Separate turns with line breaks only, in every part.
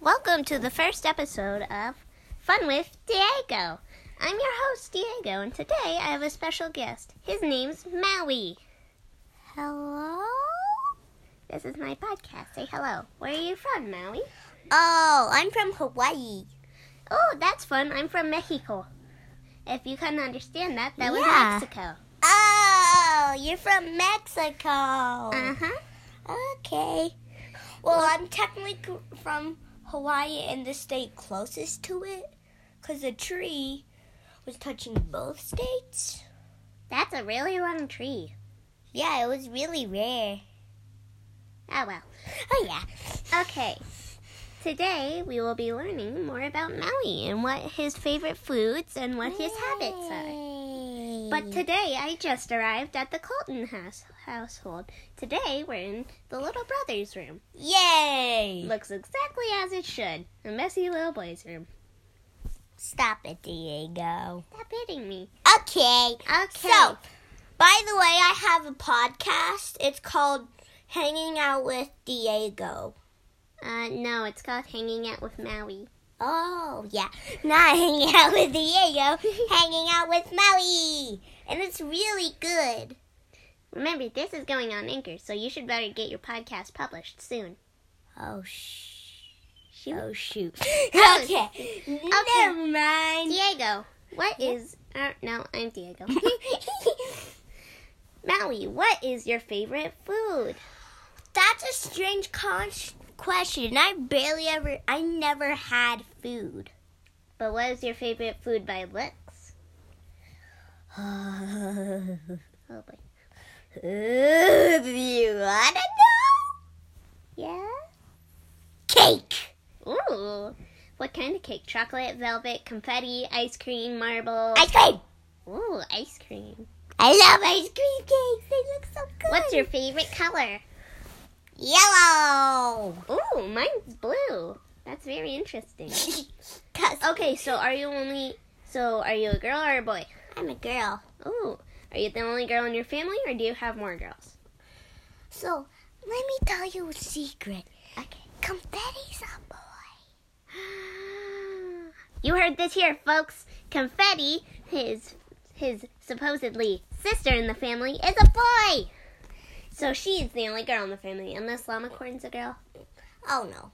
Welcome to the first episode of Fun with Diego. I'm your host, Diego, and today I have a special guest. His name's Maui. Hello? This is my podcast. Say hello. Where are you from, Maui?
Oh, I'm from Hawaii.
Oh, that's fun. I'm from Mexico. If you couldn't understand that, that was
Yeah.
Mexico.
Oh, you're from Mexico.
Uh huh.
Okay. Well, I'm technically c- from Hawaii and the state closest to it because the tree was touching both states.
That's a really long tree.
Yeah, it was really rare.
Oh well.
Oh, yeah.
Okay. Today we will be learning more about Maui and what his favorite foods and what his habits are.
are.
But today I just arrived at the Colton house household. Today we're in the little brother's room.
Yay!
Looks exactly as it should. A messy little boy's room.
Stop it, Diego.
Stop hitting me.
Okay.
Okay.
So, by the way, I have a podcast. It's called Hanging Out with Diego.
uh no, it's called hanging out with Maui.
Oh, yeah. Not hanging out with Diego, hanging out with Maui. And it's really good.
Remember this is going on anchor, so you should better get your podcast published soon.
Oh, shh.
Shoot.
Oh, shoot.
Oh,
okay. Never mind.
Diego, what is uh, no, I'm Diego. Maui, what is your favorite food?
That's a strange con- question. I barely ever, I never had food.
But what is your favorite food by looks? Oh boy.
Uh, do you wanna know?
Yeah?
Cake.
Ooh. What kind of cake? Chocolate, velvet, confetti, ice cream, marble.
Ice cream.
Ooh, ice cream.
I love ice cream cakes. They look so good.
What's your favorite color?
yellow?
Ooh, mine's blue. That's very interesting.
'Cause
Okay, so are you only so are you a girl or a boy?
I'm a girl.
Ooh. Are you the only girl in your family or do you have more girls?
So let me tell you a secret. Okay. Confetti's a boy.
You heard this here, folks. Confetti, his his supposedly sister in the family, is a boy. So she's the only girl in the family, unless Llama Corn's a girl.
Oh no,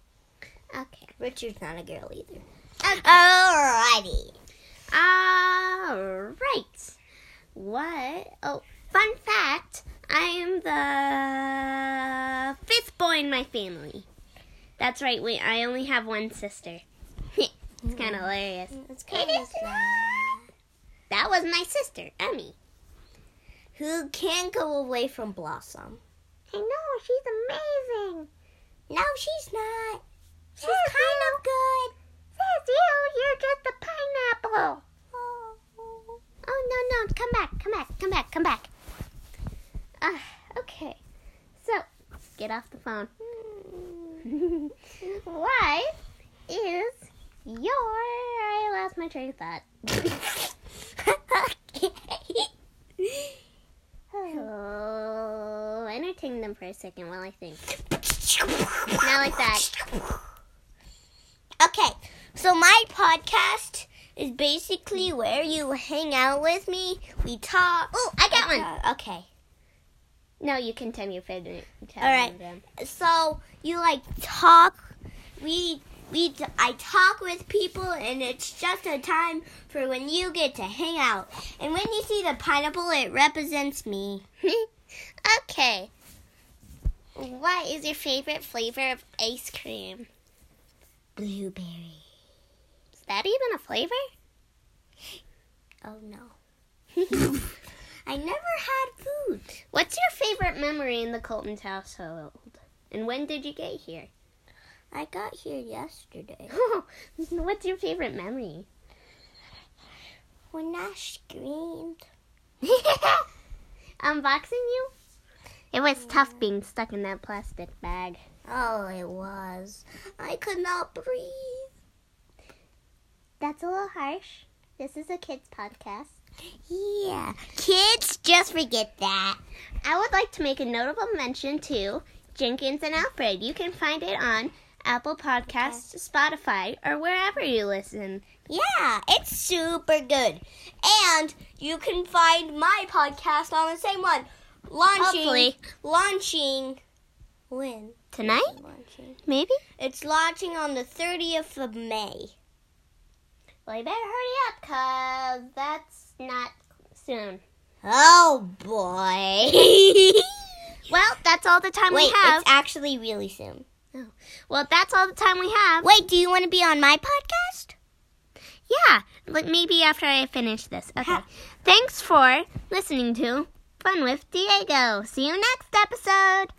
Okay.
Richard's not a girl either.
Okay.
Alrighty.
All right. What? Oh, fun fact. I am the fifth boy in my family. That's right. Wait, I only have one sister. it's kind of hilarious.
It's
kind of sad. That was my sister, Emmy.
Who can go away from Blossom?
I know, she's amazing.
No, she's not.
She's kind of good. Says you, you're just a pineapple.
Oh.
Oh no no, come back, come back, come back, come back. Ah, okay. So, get off the phone. what is your? I lost my train of thought. Oh, entertain them for a second while I think.
Not
like that.
Okay, so my podcast is basically where you hang out with me. We talk.
Oh, I got one.
Uh, okay.
No, you can tell me your favorite.
All right. So you like talk. We we t- I talk with people, and it's just a time for when you get to hang out. And when you see the pineapple, it represents me.
okay. What is your favorite flavor of ice cream?
Blueberry.
Is that even a flavor?
Oh no. I never had food.
What's your favorite memory in the Colton's household? And when did you get here?
I got here yesterday.
What's your favorite memory?
When I screamed.
Unboxing you? It was tough being stuck in that plastic bag.
Oh, it was. I could not breathe.
That's a little harsh. This is a kids podcast.
Yeah. Kids, just forget that.
I would like to make a notable mention to Jenkins and Alfred. You can find it on Apple Podcasts, Spotify, or wherever you listen.
Yeah, it's super good. And you can find my podcast on the same one. Launching.
Hopefully.
Launching. When?
Tonight?
Launching.
Maybe?
It's launching on the 30th of May.
Well, you better hurry up, because that's not soon.
Oh boy.
Well, that's all the time
Wait,
we have.
it's actually really soon.
well, that's all the time we have.
Wait, do you want to be on my podcast?
Yeah, like maybe after I finish this. Okay. Thanks for listening to Fun with Diego. See you next episode.